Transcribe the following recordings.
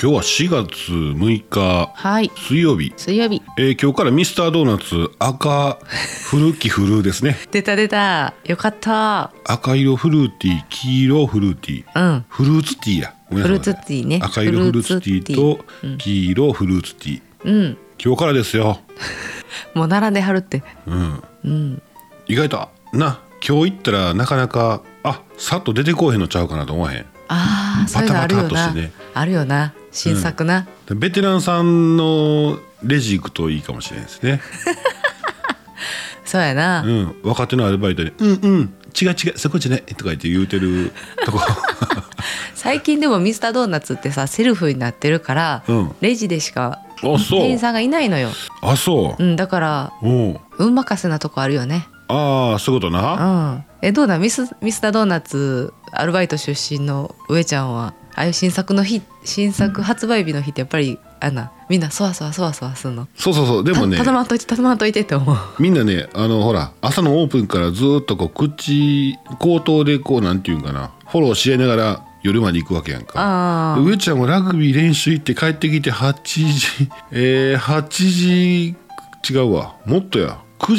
今日は4月6日はい。水曜日、水曜日。えー今日からミスタードーナツ赤フルキフルですね 出た出た。よかった。赤色フルーティー黄色フルーティーうん。フルーツティーやごめんフルなーさいツティーね。赤色フルーツティーと黄色フルーツティーうん。今日からですよ、もう並んではるって。うん、うん。意外とな今日行ったらなかなかあさっと出てこうへんのちゃうかなと思わへんああ、そういうのあるよバタバタなとしてね。あるよな。新作な。でベテランさんのレジ行くといいかもしれないですね、そうやな。うん、若手のアルバイトに「うんうん違う違うそこじゃない」とか言って言うてると こ最近でもミスタードーナツってさ、セルフになってるから、うんレジでしかあそう店員さんがいないのよ。あそうう、ん、だから、おう運任せなとこあるよね。ああそういうことう。なんえ、どうだミス、ミスタードーナツ、アルバイト出身の上ちゃんは、ああいう新作の日、新作発売日の日ってやっぱり、あんな、みんなそわそわそわそわするの。そうそうそうででもねたたまんといて、たたまんといてって思う。みんなねあのほら朝のオープンからずーっとこう口口頭でこうなんていうんかなフォローし合いながら夜まで行くわけやんかあであ。上ちゃんもラグビー練習行って帰ってきて8時えー、8時違うわもっとや9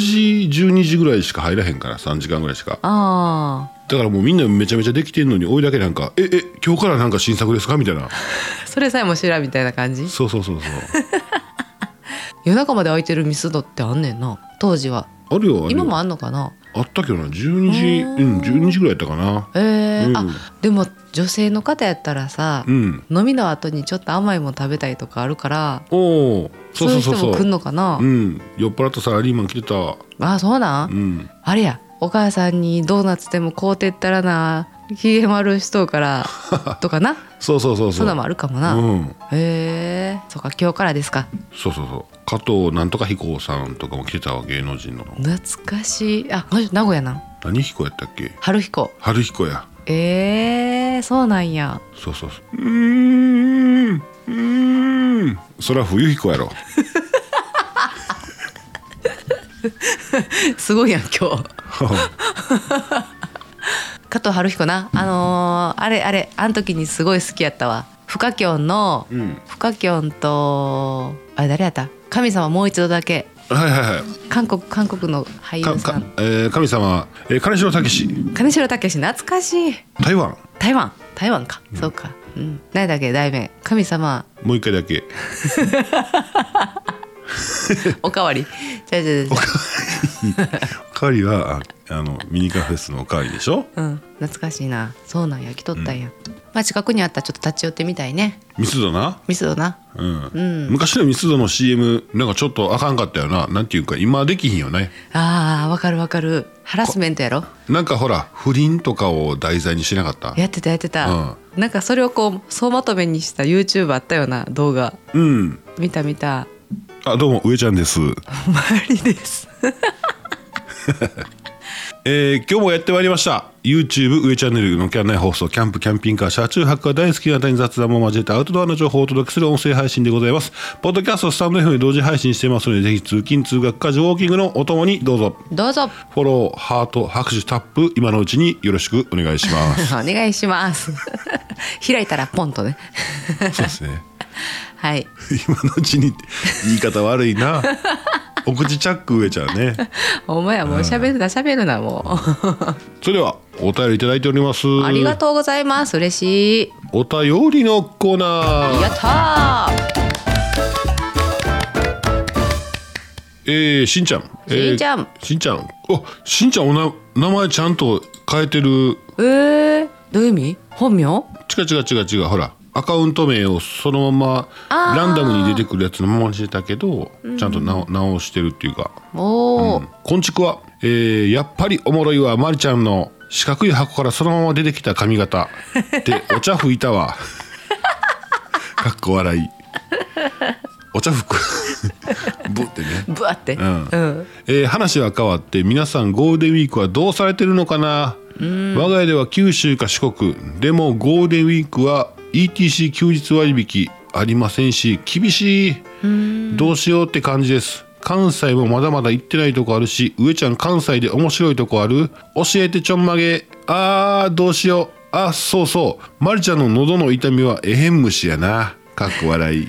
時12時ぐらいしか入らへんから3時間ぐらいしかあだからもうみんなめちゃめちゃできてんのにおいだけなんか「ええ今日からなんか新作ですか?」みたい なあ。それさえも知らんみたいな感じ。そうそうそうそう夜中まで開いてるミスドってあんねんな。当時は。あるよあるよ今もあんのかな。あったけどな12時うん12時ぐらいやったかなええうんあ、でも女性の方やったらさ、うん飲みの後にちょっと甘いもん食べたりとかあるから。おおそういそううそ人うもそ来うんのかな。うん酔っ払ったサラリーマン来てたああ、そうなん。うんあれやお母さんにドーナツでも買うてったらな機嫌悪いしとうから とかなそうそうそうそうそんなんもあるかもな、うんへえそっか今日からですかそうそうそう加藤なんとか彦さんとかも来てたわ芸能人の懐かしいあこの人名古屋なん何彦やったっけ春彦春彦やえー、そうなんやそうそうそううーんうーんそれは冬彦やろ すごいやん今日加藤春彦なあのーあれあれあん時にすごい好きやったわフカキョンのうんフカキョンとあれ誰やった神様もう一度だけはいはいは韓国韓国のい俳優かさかん、えー、神様、えー、金城武史金城武懐かしい台湾台湾台湾か、そうか、うん、何だっけ題名神様もう一回だけおかわりじゃじゃじゃおかわりはああのミニカフェスのおかわりでしょうん懐かしいなそうなんや来とったんや、まあ近くにあったらちょっと立ち寄ってみたいねミスドなミスドなうんうん昔のミスドの CM なんかちょっとあかんかったよななんていうか今できひんよねあーわかるわかるハラスメントやろなんかほら不倫とかを題材にしなかったやってたやってた、なんかそれをこう総まとめにした YouTube あったような動画うん見た見たあどうも上ちゃんですおまわりですえー今日もやってまいりました YouTube 上チャンネルのキャン内放送キャンプキャンピングカー車中泊が大好きな方に雑談も交えたアウトドアの情報をお届けする音声配信でございますポッドキャストスタンド F で同時配信してますのでぜひ通勤通学家事ウォーキングのお供にどうぞど うぞフォローハート拍手タップ今のうちによろしくお願いしますお願いします 開いたらポンとね そうですねはい今のうちにって言い方悪いなお口チャック上ちゃんねお前はもう喋るな喋るなもうそれではお便りいただいておりますありがとうございます。嬉しい。お便りのコーナーやったえー、しんちゃん。えーしんちゃんしんちゃん。あ、しんちゃんおな名前ちゃんと変えてる。ー。えー、どういう意味？本名？違う違う違う違う。ほら、アカウント名をそのまあまーランダムに出てくるやつのままにしてたけど、ちゃんとな直してるっていうか。おお、こんちくは、えー、やっぱりおもろいわ、まりちゃんの四角い箱からそのまま出てきた髪型。で、お茶拭いた わ。かっこ笑い。お茶拭く。 ぶってね。ぶわって。んうんえー話は変わって皆さんゴールデンウィークはどうされてるのかな我が家では九州か四国でもゴールデンウィークは ETC 休日割引ありませんし厳しいどうしようって感じです関西もまだまだ行ってないとこあるし上ちゃん関西で面白いとこある教えてちょんまげあーどうしようあそうそうまるちゃんの喉の痛みはエヘン虫やなかっこ笑い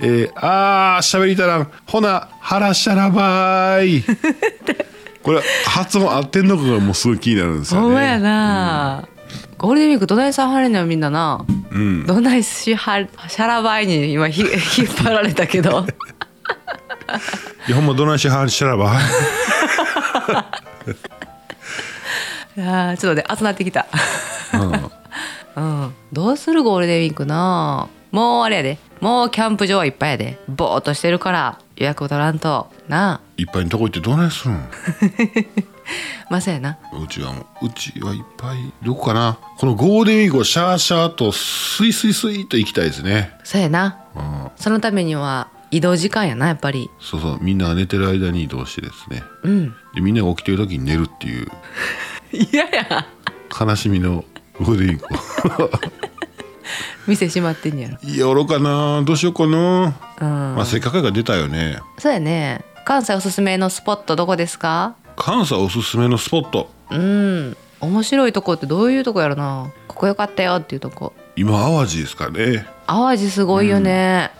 えー、あーしゃべりたらんほな腹しゃらばー いこれ発音合ってんのかがもうすごい気になるんですよねほんまやな、ゴールデンウィークどないさはれんのよみんなな、うんどないしはシャラバイに今ひ 引っ張られた けどいやほんまどないし腹しゃらばーいあーちょっとね集まってきたうん うんどうするゴールデンウィークなもうあれやでもうキャンプ場はいっぱいやでぼーっとしてるから予約を取らんとないっぱいのとこ行ってどないするんあまあそうやなうちはもううちはいっぱいどこかなこのゴールデンウィークをシャーシャーとスイスイスイと行きたいですねそうやなうんそのためには移動時間やなやっぱりそうそうみんなが寝てる間に移動してですねうんでみんなが起きてる時に寝るっていういやや悲しみのゴールデンウィークを店閉まってんやろ いやおろかなどうしようかな、うん、まあせっかくが出たよねそうやね関西おすすめのスポットどこですか関西おすすめのスポットうん面白いとこってどういうとこやろなここ良かったよっていうとこ今淡路ですかね淡路すごいよね、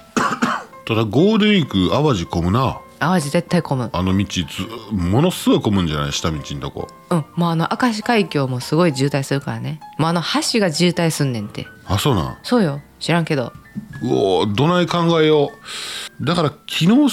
ただゴールデンウィーク淡路混むな淡路絶対混むあの道ずものすごい混むんじゃない下道のとこうんもうあの明石海峡もすごい渋滞するからねもうあの橋が渋滞すんねんてあそうなんそうよ知らんけどうおーどない考えようだから城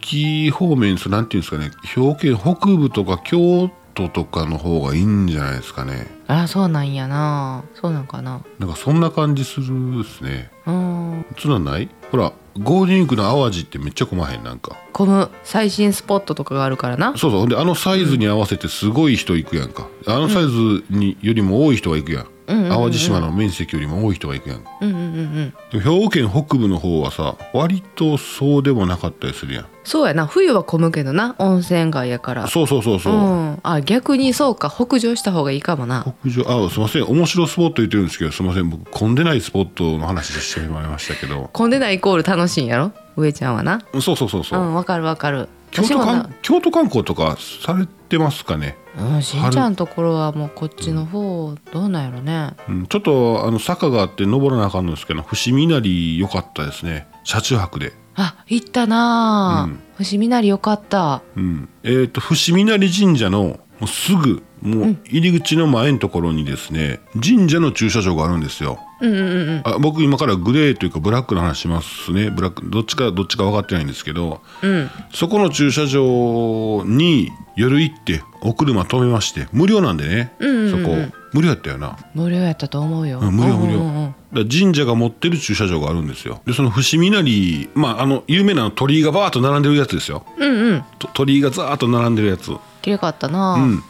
崎方面そうなんていうんですかね兵庫県北部とか京都とかの方がいいんじゃないですかねあらそうなんやなそうなんかななんかそんな感じするですねうんつなんないほらゴールデンウィークの淡路ってめっちゃ混まへんなんか混む最新スポットとかがあるからなそうそうほんであのサイズに合わせてすごい人行くやんかあのサイズによりも多い人が行くやん,、うんうんうんうん淡路島の面積よりも多い人が行くやんでうんうんうんうんも兵庫県北部の方はさ割とそうでもなかったりするやんそうやな冬は混むけどな温泉街やからそうそうそうそう、ん、あ逆にそうか北上した方がいいかもな北上あすいません面白スポット言ってるんですけどすいません僕混んでないスポットの話してしまいましたけど混んでないイコール楽しいんやろ上ちゃんはなそうそうそうそうう、んわかるわかる京都私も観京都観光とかされてますかね、なうんしんちゃんのところはもうこっちの方どうなんやろねうん、ちょっとあの坂があって登らなあかんのですけど伏見稲荷良かったですね車中泊で、あ行ったなあ、うん星見なりよかったうん、えっ、と伏見稲荷神社のもうすぐもう入り口の前のところにですね、神社の駐車場があるんですようんうんうんうんあ僕今からグレーというかブラックの話しますねブラックどっちかどっちか分かってないんですけどうんそこの駐車場に夜行ってお車止めまして無料なんでね、うんうんうんそこ無料やったよな無料やったと思うよ、うん無料無料、うんうんうんだから神社が持ってる駐車場があるんですよでその伏見稲荷まああの有名な鳥居がバーッと並んでるやつですようんうんと鳥居がザーッと並んでるやつうきれかったなあ、ん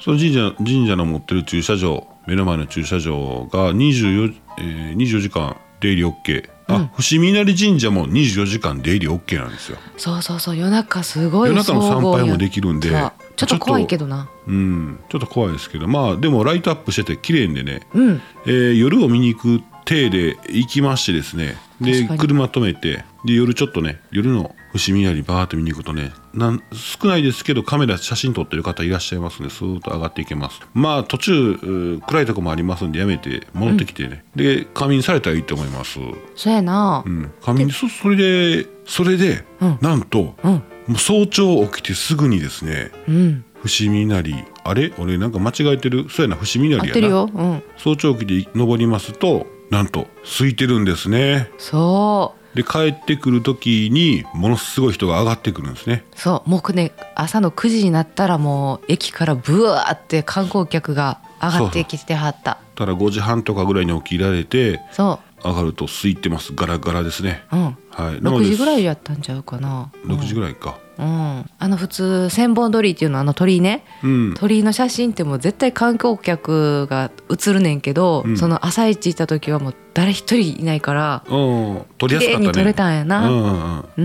その神社神社の持ってる駐車場目の前の駐車場が 24,、えー、24時間出入り OK あ、伏見稲荷神社も24時間出入り OK なんですよそうそうそう夜中すごい夜中の参騒々や拝もできるんでそうちょっと怖いけどなうん、ちょっと怖いですけどまあでもライトアップしてて綺麗でね、うんえー夜を見に行く体で行きましてですねで確かに車止めてで夜ちょっとね夜の伏見稲荷バーって見に行くとねなん少ないですけどカメラ写真撮ってる方いらっしゃいますんでスーッと上がっていけますまあ途中うー暗いとこもありますんでやめて戻ってきてね、で仮眠されたらいいと思います、うそうやな、ん、仮眠そそれでそれで、うんなんと、うん、もう早朝起きてすぐにですねうん伏見稲荷あれ俺なんか間違えてるそうやな伏見稲合荷ってるやなようん早朝起きで登りますとなんと空いてるんですねそうで帰ってくる時にものすごい人が上がってくるんですねそうもうね朝の9時になったらもう駅からブワーって観光客が上がってきてはったただ5時半とかぐらいに起きられてそ上がると空いてますガラガラですねううんはいなの6で時ぐらいやったんちゃうかな6時ぐらいかうん、うんあの普通千本鳥居っていうのあの鳥居ねうん鳥居の写真ってもう絶対観光客が写るねんけど、うんその朝一行った時はもう誰一人いないからうん取り綺や麗すかにった撮れねたんやうんなうんうんう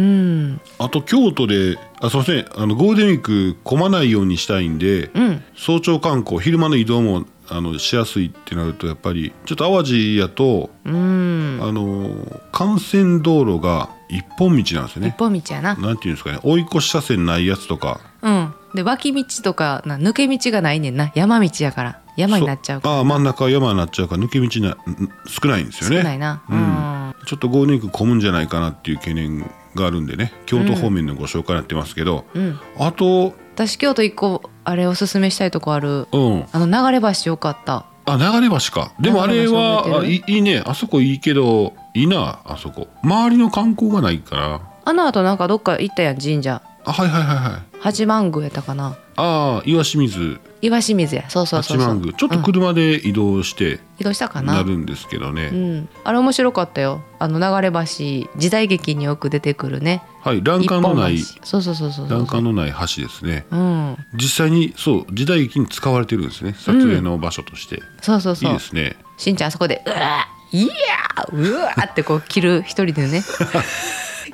んあと京都であすいませんあのゴールデンウィーク混まないようにしたいんでうん早朝観光昼間の移動もあのしやすいってなるとやっぱりちょっと淡路やと、うんあの幹線道路が一本道なんですよ一ね。本道やななんていうんですかね追い越し車線ないやつとかうんで脇道とかな抜け道がないねんな山道やから山になっちゃうからそああ真ん中は山になっちゃうから抜け道な少ないんですよね少ないな、うんちちょっとゴールデンウィーク混むんじゃないかなっていう懸念があるんでね京都方面のご紹介になってますけど、うんあと私京都一個あれおすすめしたいとこあるうんあの流れ橋よかったあ流れ橋かでもあれ流れ橋は覚あえいいいねあそこいいけどいいなあそこ周りの観光がないからあの後なんかどっか行ったやん神社あはいはいはいはい八幡宮やったかなああ岩清水岩清水やそうそうそ八うそう幡宮ちょっと車で移動して移動したかななるんですけどね、うん、あれ面白かったよあの流れ橋時代劇によく出てくるねはい欄干のない一本橋そうそうそうそうそう欄干のない橋ですねうん実際にそう時代劇に使われてるんですね撮影の場所として、そうそうそういいですねしんちゃんあそこで「うわいやーうわ!」ってこう切る一人で ね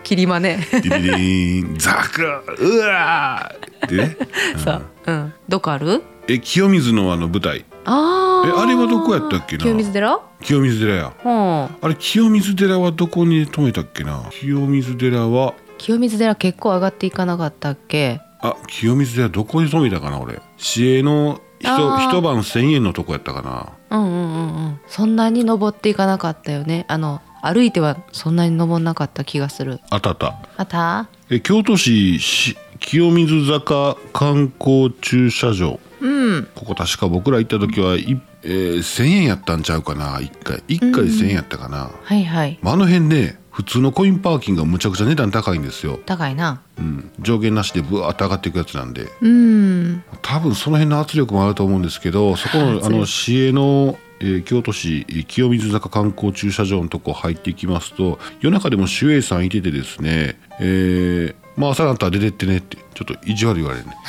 切りまねディディディーンザクうわーってねそう、うん、どこあるえ清水のあの舞台あーえあれはどこやったっけな清水寺清水寺やうんあれ清水寺はどこに泊めたっけな清水寺は清水寺結構上がっていかなかったっけあ清水寺どこに泊めたかな俺市営のひとあー一晩1,000円のとこやったかなうんうんうんうんそんなに登っていかなかったよねあの歩いてはそんなに登んなかった気がするあったあったあったえ京都市し清水坂観光駐車場うんここ確か僕ら行った時はい、えー1,000円やったんちゃうかな1回1回1,000円やったかな、はいはいまあ、あの辺ね普通のコインパーキングがむちゃくちゃ値段高いんですよ、高いなうん、上限なしでブワーッと上がっていくやつなんでうん多分その辺の圧力もあると思うんですけどそこ圧の力あの市営の、えー京都市えー清水坂観光駐車場のとこ入っていきますと夜中でも守衛さんいててですね「えーまあ朝になったら出てってね」ってちょっと意地悪言われるねま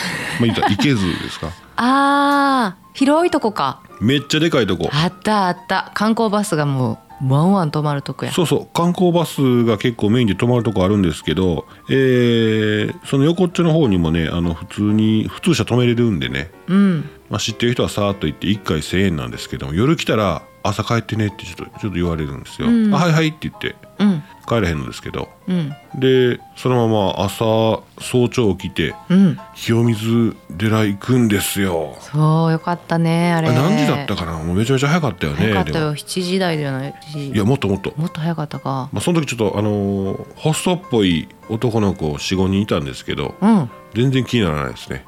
あ言ったらいけずですかあー広いとこか めっちゃでかいとこあったあった観光バスがもうワンワン止まるとこやそうそう観光バスが結構メインで泊まるとこあるんですけど、えーその横っちょの方にもねあの普通に普通車止めれるんでね、うんまあ、知ってる人はさーっと行って1回1,000円なんですけども夜来たら「朝帰ってね」ってちょっとちょっと言われるんですよ。あはいはいって言ってうん帰れへんのですけどうんでそのまま朝早朝起きてうん清水寺行くんですよ。そうよかったねああれ何時だったかなもうめちゃめちゃ早かったよね早かったでもよ7時台じゃないしいやもっともっと。もっと早かったかまあ、その時ちょっとあのー、ホストっぽい男の子45人いたんですけどうん全然気にならないです ね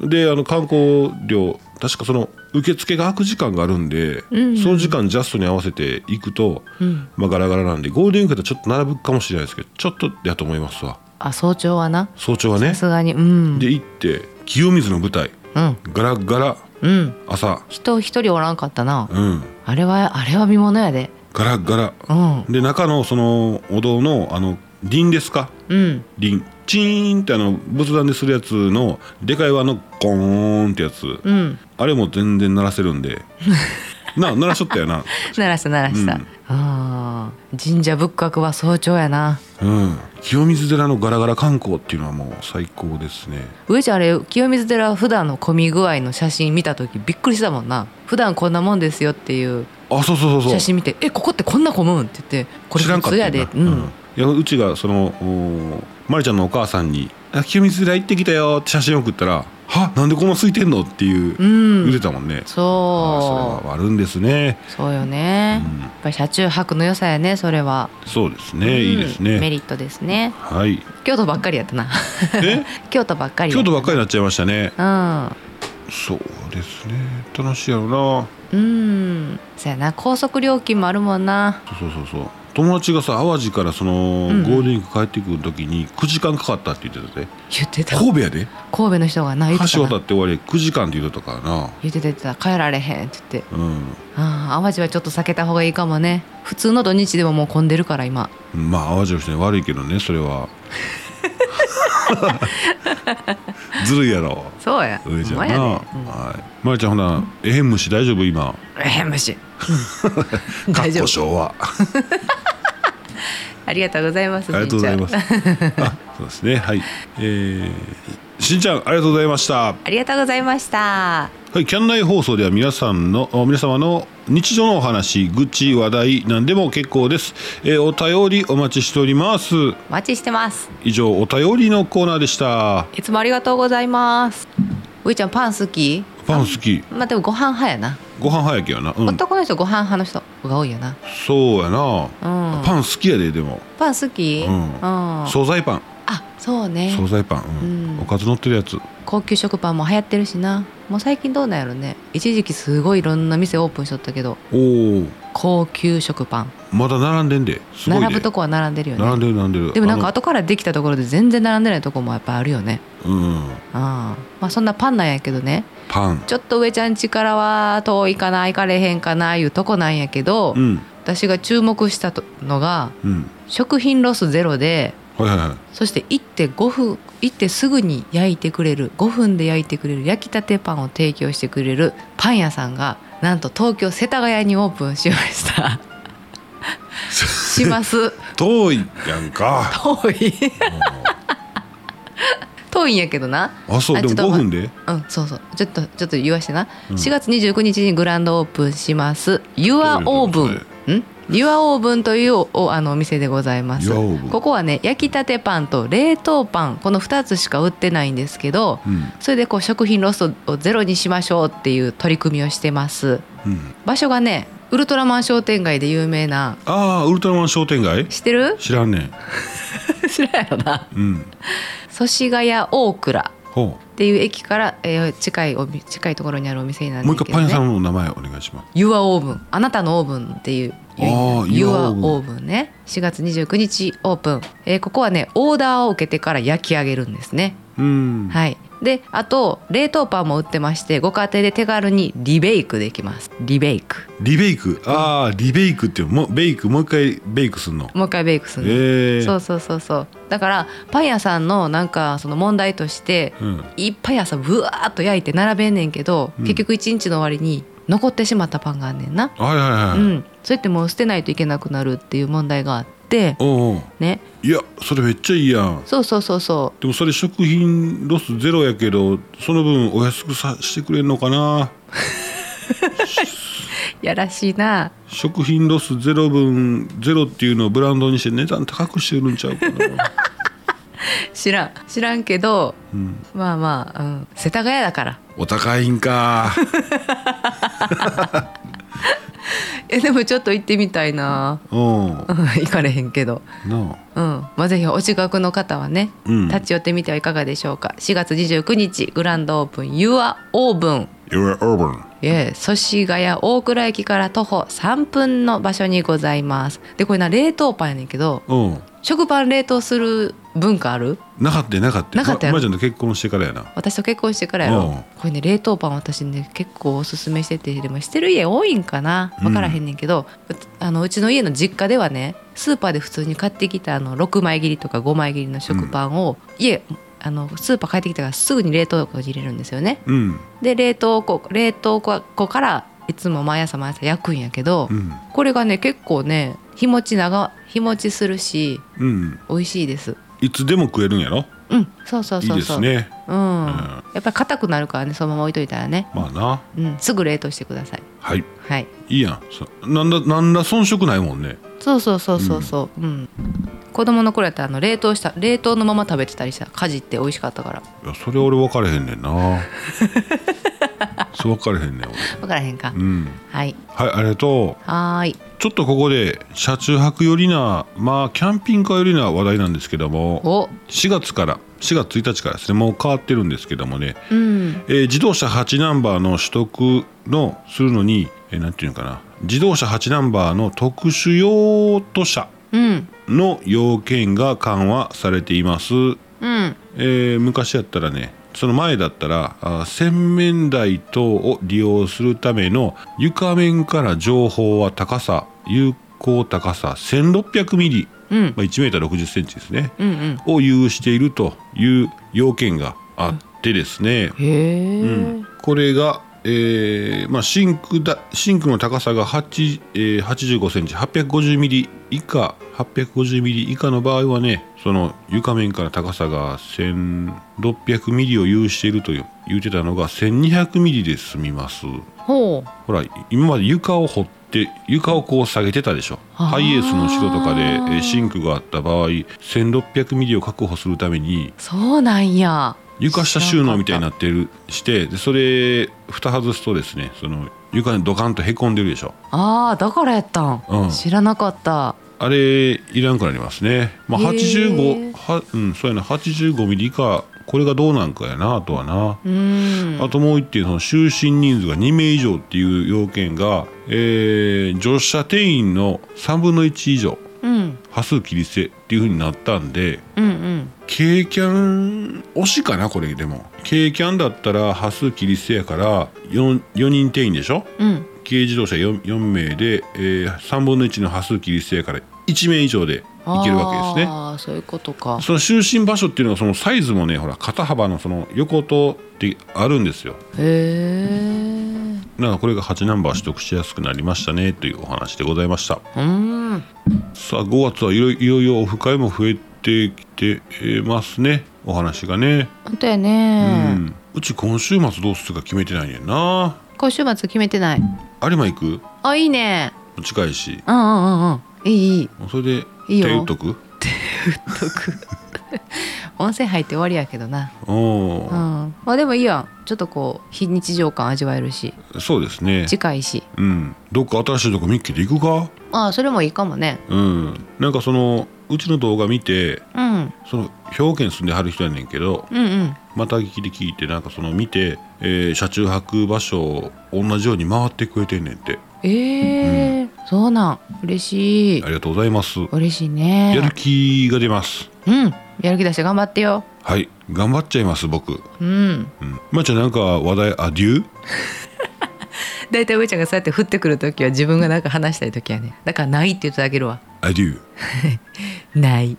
であの観光料確かその受付が開く時間があるんで、その時間ジャストに合わせて行くと、まあ、ガラガラなんでゴールデンウィークだとちょっと並ぶかもしれないですけどちょっとやと思いますわあ早朝はな早朝はねさすがにうんで行って清水の舞台うんガラガラうん朝人一人おらんかったなうんあれはあれは見ものやでガラガラうんで中のそのお堂のあの輪ですかうんリンチーンってあの仏壇でするやつのでかい輪のゴーンってやつ、うんあれも全然鳴らせるんで な鳴らしとったよな鳴らした鳴らした、ううんん、神社仏閣は早朝やなうん清水寺のガラガラ観光っていうのはもう最高ですね上ちゃんあれ清水寺普段の混み具合の写真見た時びっくりしたもんな普段こんなもんですよっていうあそうそうそうそう写真見て「えここってこんな混むん?」って言って「これ知らん普かった通やよで」なううんん、いやうちがそのおまりちゃんのお母さんに「あ清水寺行ってきたよ」って写真送ったら「はなんでこんな空いてんの?」っていう、うん言ってたもんねあそそれはあるんですねうそうよね、うんやっぱり車中泊の良さやねそれは、そうですね、うんいいですメねリットですねはい京都ばっかりやったな え京都ばっかりや京都ばっかりになっちゃいましたねうんそうですね楽しいやろなうんそやな高速料金もあるもんなそうそうそうそう友達がさ淡路からその、うんゴールデンウィーク帰ってくる時に9時間かかったって言ってたで言ってた神戸やで神戸の人がな言ってた橋渡なって終わり9時間って言うとったからな言ってた言ってた帰られへんって言ってうああ淡路はちょっと避けた方がいいかもね普通の土日でももう混んでるから今んまあ淡路の人に悪いけどねそれ はずるいやろそうや上じゃほなんまやねはい、まりちゃんほなえへん虫大丈夫今うんえへん虫 大丈故夫障はあありがとうございますりがとうございます すあそうですねはいえー、しんちゃんありがとうございましたありがとうございましたはい、キャン内放送では皆さんのあ皆様の日常のお話愚痴話題何でも結構です、えーお便りお待ちしておりますお待ちしてます以上お便りのコーナーでしたいつもありがとうございますういちゃんパン好きパン好きまあでもご飯派やな、ご飯早けやな、うん、男の人ご飯派の人子が多いよな、そうやな、うん、パン好きやででも、パン好き、うんあ惣菜パンそうね惣菜パン、うんうんおかず乗ってるやつ高級食パンも流行ってるしなもう最近どうなんやろね一時期すごいいろんな店オープンしとったけどおお高級食パンまだ並んでんですごいで並ぶとこは並んでるよ並んねでる並んでるでもなんか後からできたところで全然並んでないとこもやっぱあるよねあのうんあまあそんなパンなんやけどねパンちょっと上ちゃん家からは遠いかな行かれへんかないうとこなんやけど、うん私が注目したとのがうん食品ロスゼロではいはいはいそして行って5分行ってすぐに焼いてくれる5分で焼いてくれる焼きたてパンを提供してくれるパン屋さんがなんと東京世田谷にオープンしました します遠いやん か遠い遠いんやけどなあそうあでもちょっと5分でうんそうそうちょっとちょっと言わしてな、うん4月29日にグランドオープンしますユアオーどブういうこンんユアオーブンというおおあのお店でございます Your Oven ここはね焼きたてパンと冷凍パンこの2つしか売ってないんですけどうんそれでこう食品ロスをゼロにしましょうっていう取り組みをしてますうん場所がねウルトラマン商店街で有名なああウルトラマン商店街知って る知らんねん知らんよなうん祖師ヶ谷大倉ほっていう駅から、えー近いおみ近いところにあるお店になうるんもうで一す回けど、パね、ン屋さんの名前お願いしますユアオーブンあなたのオーブンっていうあーユ Your アオーブンね4月29日オープン、えーここはねオーダーを受けてから焼き上げるんですねうんはいであと冷凍パンも売ってましてご家庭で手軽にリベイクできますリベイクリベイクああリベイクっていうもうベイクもう一回ベイクすんのもう一回ベイクするの、ええそうそうそうそうだからパン屋さんのなんかその問題としてうんいっぱい朝ぶわーっと焼いて並べんねんけど、うん結局一日の終わりに残ってしまったパンがあんねんなはいはいはうい、ん、それってもう捨てないといけなくなるっていう問題があっておうおうねいやそれめっちゃいいやんそうそうそうそでもそれ食品ロスゼロやけどその分お安くさしてくれんのかなうやらしいな食品ロスゼロ分ゼロっていうのをブランドにして値段高くしてるんちゃうかな、知らん知らんけどうん、まあまあ、うん、世田谷だからお高いんかえでもちょっと行ってみたいな うんなうん 行かれへんけど、あうんまあ、ぜひお近くの方はね、うん立ち寄ってみてはいかがでしょうか4月29日グランドオープン You are Open You're urban ええ祖師ヶ谷大倉駅から徒歩3分の場所にございますでこれな冷凍パンやねんけどうん食パン冷凍する文化あるなかったよなかったよなかったよままーちゃんと結婚してからやな私と結婚してからやろ、うんこれね冷凍パン私ね結構おすすめしててでもしてる家多いんかな分からへんねんけど、うあのうちの家の実家ではねスーパーで普通に買ってきたあの6枚切りとか5枚切りの食パンを、家あのスーパー帰ってきたからすぐに冷凍庫に入れるんですよねうんで冷凍庫冷凍庫からいつも毎朝毎朝焼くんやけど、うんこれがね結構ね日持ち長日持ちするしうん美味しいですいつでも食えるんやろうんそうそういいそうですそうねうん、やっぱり硬くなるからねそのまま置いといたらね、まあなうん、すぐ冷凍してくださいはいはいいいやんそなんだなんだ遜色ないもんねそうそうそうそうそううん、子供の頃やったらあの冷凍した冷凍のまま食べてたりした家事って美味しかったからいやそれ俺分かれへんねん なそう分かれへんねん俺分からへんか、うんはいはいありがとうはーいちょっとここで車中泊よりなまあキャンピングカーよりな話題なんですけどもお4月から4月1日からですねもう変わってるんですけどもね、うんえー自動車8ナンバーの取得のするのに、えーなんていうのかな自動車8ナンバーの特殊用途車うんの要件が緩和されていますうんえー昔やったらねその前だったらあー洗面台等を利用するための床面から情報は高さ有効高さ1600ミリ、うんまあ、1メーター60センチですねうんうんを有しているという要件があってですね、へえ、これが、えーまあ、シンクだシンクの高さが8、えー、85センチ850ミリ以下850ミリ以下の場合はねその床面から高さが1600ミリを有しているという言ってたのが1200ミリで済みますほうほら今まで床を掘って床をこう下げてたでしょあーハイエースの後ろとかで、えーシンクがあった場合1600ミリを確保するためにそうなんや床下収納みたいになってるしてでそれ蓋外すとですねその床にドカンとへこんでるでしょああだからやったん、うん知らなかったあれいらんくなりますねまあへ85ーはうんそうやな85ミリ以下これがどうなんかやなあとはな、うんあともう一点その就寝人数が2名以上っていう要件が、えー乗車定員の3分の1以上うん端数切り捨てっていうふうになったんでうんうん軽キャン推しかなこれでも軽キャンだったら端数切り捨てやから 4, 4人定員でしょうん軽自動車 4, 4名で、えー3分の1の端数切り捨てやから1名以上でいけるわけですねああそういうことかその就寝場所っていうのはそのサイズもねほら肩幅のその横とってあるんですよへえなのでこれが8ナンバー取得しやすくなりましたねというお話でございましたうんさあ5月はいろいろいよオフ会も増えてきてますねお話がね本当やうね、んうち今週末どうするか決めてないねんな今週末決めてない有馬行くあいいね近いしうんうんうんうんいいいいそれでいいよ手打っとく温泉入って終わりやけどなおうんーまあでもいいやんちょっとこう非日常感味わえるしそうですね近いしうんどっか新しいとこ見っけて行くかああそれもいいかもねうんなんかそのうちの動画見てうんその兵庫県住んではる人やねんけどうんうんまた聞きで聞いてなんかその見て、えー車中泊場所を同じように回ってくれてんねんってええそうなん嬉しいありがとうございます嬉しいやねる気が出ますうんやる気出して頑張ってよはい頑張っちゃいます僕、うんうん、まーちゃんなんか話題あデューだいたい上ちゃんがそうやって降ってくる時は自分がなんか話したい時やねだからないって言ってあげるわアデューない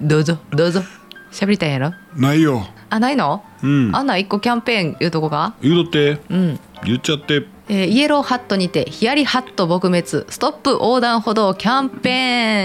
どうぞどうぞ喋りたいんやろないよあないの、うんあんなん一個キャンペーン言うとこか言うとってうん言っちゃってえーイエローハットにてヒヤリハット撲滅ストップ横断歩道キャンペ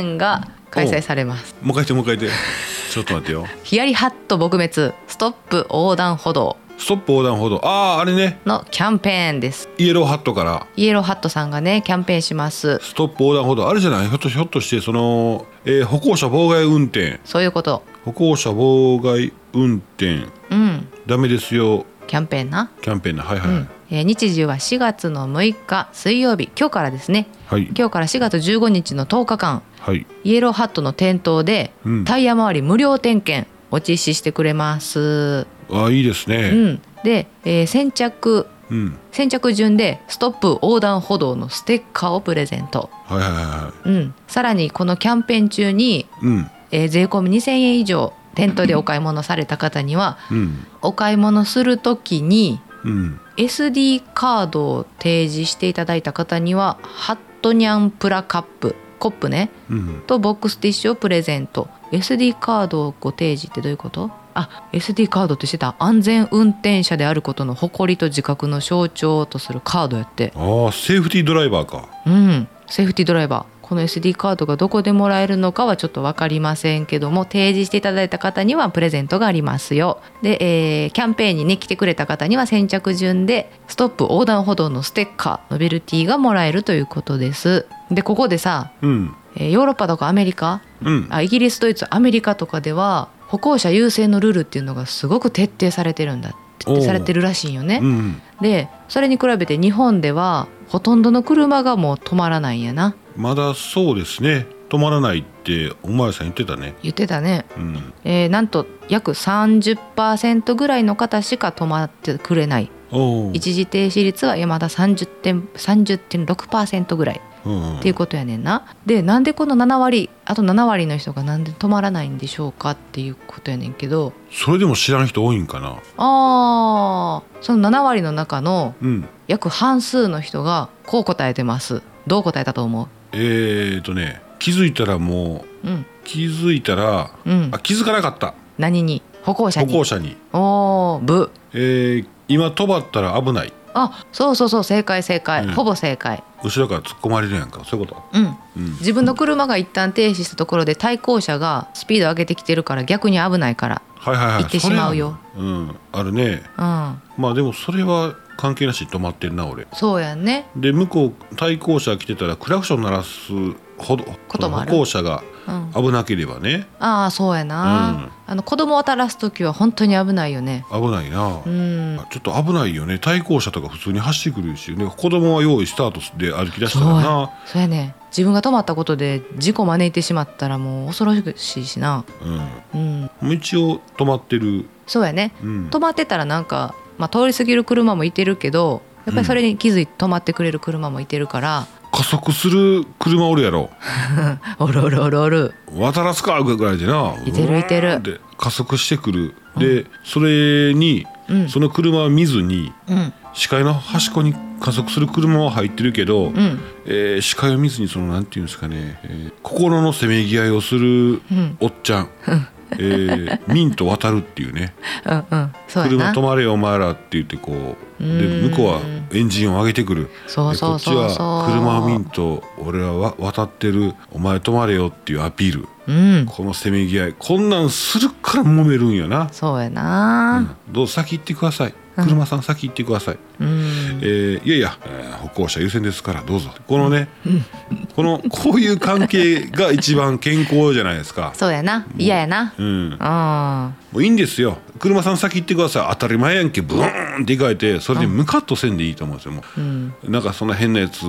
ーンが開催されますもう一回言ってもう一回言って ちょっと待ってよヒヤリハット撲滅ストップ横断歩道ストップ横断歩道あああれねのキャンペーンですイエローハットからイエローハットさんがねキャンペーンしますストップ横断歩道あれじゃないひょっとひょっとしてその、えー歩行者妨害運転そういうこと歩行者妨害運転うんダメですよキャンペーンな、キャンペーンのはいはい、うんえー日時は4月の6日水曜日今日からですねはい今日から4月15日の10日間はいイエローハットの店頭で、うんタイヤ周り無料点検を実施してくれます、あいいですうねん、で、えー先着うん、先着順でストップ横断歩道のステッカーをプレゼント、はいはいはいはうん、さらにこのキャンペーン中に、いうんえー税込み2000円以上店頭でお買い物された方にはうんお買い物する時にうん SD カードを提示していただいた方にはハットニャンプラカップコップねうんとボックスティッシュをプレゼント SD カードをご提示ってどういうことあ SD カードってしてた安全運転者であることの誇りと自覚の象徴とするカードやってああセーフティードライバーかうんセーフティードライバーこの SD カードがどこでもらえるのかはちょっと分かりませんけども提示していただいた方にはプレゼントがありますよで、えーキャンペーンにね来てくれた方には先着順でストップ横断歩道のステッカーノベルティがもらえるということですでここでさ、うんえーヨーロッパとかアメリカうんあイギリスドイツアメリカとかでは歩行者優先のルールっていうのがすごく徹底されてるんだ徹底されてるらしいんよね、うんでそれに比べて日本ではほとんどの車がもう止まらないんやなまだそうですね止まらないってお前さん言ってたね言ってたね、うんえーなんと約30%ぐらいの方しか止まってくれないおお一時停止率は山田30点30.6%ぐらいうんっていうことやねんなでなんでこの7割あと7割の人がなんで止まらないんでしょうかっていうことやねんけどそれでも知らん人多いんかなあーその7割の中のうん約半数の人がこう答えてますどう答えたと思えー、とね気づいたらもうううん気づいたらうんあ気づかなかった何に歩行者歩に行者に、おーぶえー今止まったら危ないあそうそうそう正解正解、うんほぼ正解後ろから突っ込まれるやんかそういうこうんと、うん、自分の車が一旦停止したところで対向車がスピード上げてきてるから逆に危ないからはいはいはい行ってしまうよそれはうんあるねうんまあでもそれは関係なしに止まってんな俺そうやんねで向こう対向車来てたらクラクション鳴らすほどこともある歩行者がうん危なければねああそうやな、あの子供を渡らす時は本当に危ないよね危ないな、うんちょっと危ないよね対向車とか普通に走ってくるし、ね、子供は用意スタートで歩き出したそうらやなそうやね自分が止まったことで事故招いてしまったらもう恐ろしいしなう、うんん、もう一応止まってる、そうやねうん、止まってたらなんか、まあ、通り過ぎる車もいてるけどやっぱりそれに気づいて止まってくれる車もいてるから、加速する車おるやろおるおるおるおる渡らすかぐらいでないてるいてるうわーって加速してくるでそれに、うんその車は見ずにうん視界の端っこに加速する車は入ってるけど、うんえー視界を見ずにそのなんていうんですかね、えー心のせめぎ合いをするうんおっちゃ ん、えーミンと渡るっていうねうんうんそうや車な止まれよお前らって言ってこうでうーん向こうはエンジンを上げてくるそうそうそうそうでこっちは車をミンと俺らは渡ってるお前止まれよっていうアピールうんこのせめぎ合いこんなんするから揉めるんやな、そうやなどうぞ先行ってください車さん先行ってください、うんえーいやいや、えー歩行者優先ですからどうぞこのね、このこういう関係が一番健康じゃないです かそうやな嫌やなうんうんもういいんですよ車さん先行ってください当たり前やんけブーンっていかれてそれでムカッとせんでいいと思うんですよもう、なんかそんな変なやつ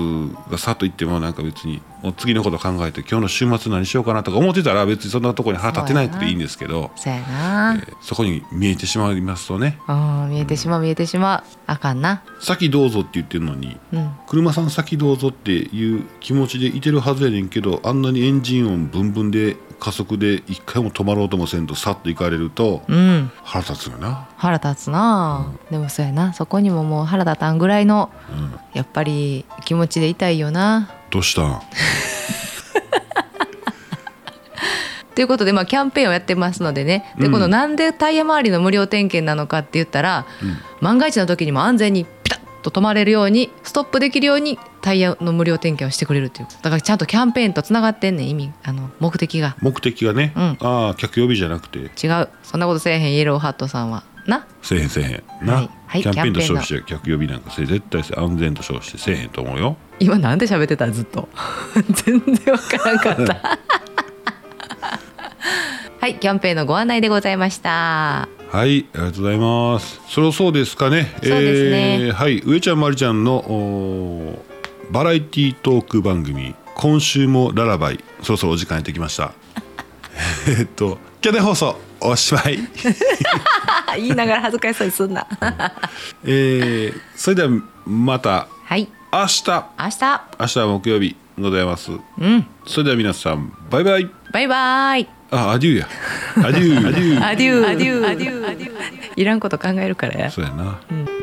がさっと行ってもなんか別にもう次のこと考えて今日の週末何しようかなとか思ってたら別にそんなとこに腹立てないくていいんですけどそうやなそこに見えてしまいますとねうん見えてしまう見えてしまうあかんな先どうぞって言ってるのにうん車さん先どうぞっていう気持ちでいてるはずやねんけどあんなにエンジン音ブンブンで加速で一回も止まろうともせんとさっと行かれるとうん腹立つよな。腹立つなでもそうやなそこにももう腹立たんぐらいのうんやっぱり気持ちで痛いよなどうしたんということで、まあ、キャンペーンをやってますのでねでうんこのなんでタイヤ周りの無料点検なのかって言ったら、万が一の時にも安全にピタッと止まれるようにストップできるようにタイヤの無料点検をしてくれるっていうだからちゃんとキャンペーンとつながってんねん意味あの目的が目的がね、うんああ客呼びじゃなくて違うそんなことせえへんイエローハットさんはなせえへんせえへんな、はいはいキャンペーンとキャンペーン称のして客呼びなんかせ絶対せ安全と称してせえへんと思うよ今なんで喋ってたずっと 全然わからんかった はいキャンペーンのご案内でございま したはいありがとうございますそろそうですかねそうですねえーはい上ちゃんまりちゃんのおーバラエティトーク番組今週もララバイそろそろお時間やってきました えっと今日で放送おしまい あ言いながら恥ずかしそうにすんなえーそれではまたはい明日明日明日は木曜日ございますうんそれでは皆さんバイバイバイバイあ、アデューや。アデュー。アデュー。 アデューアデューアデューいらんこと考えるからやそうやな。ん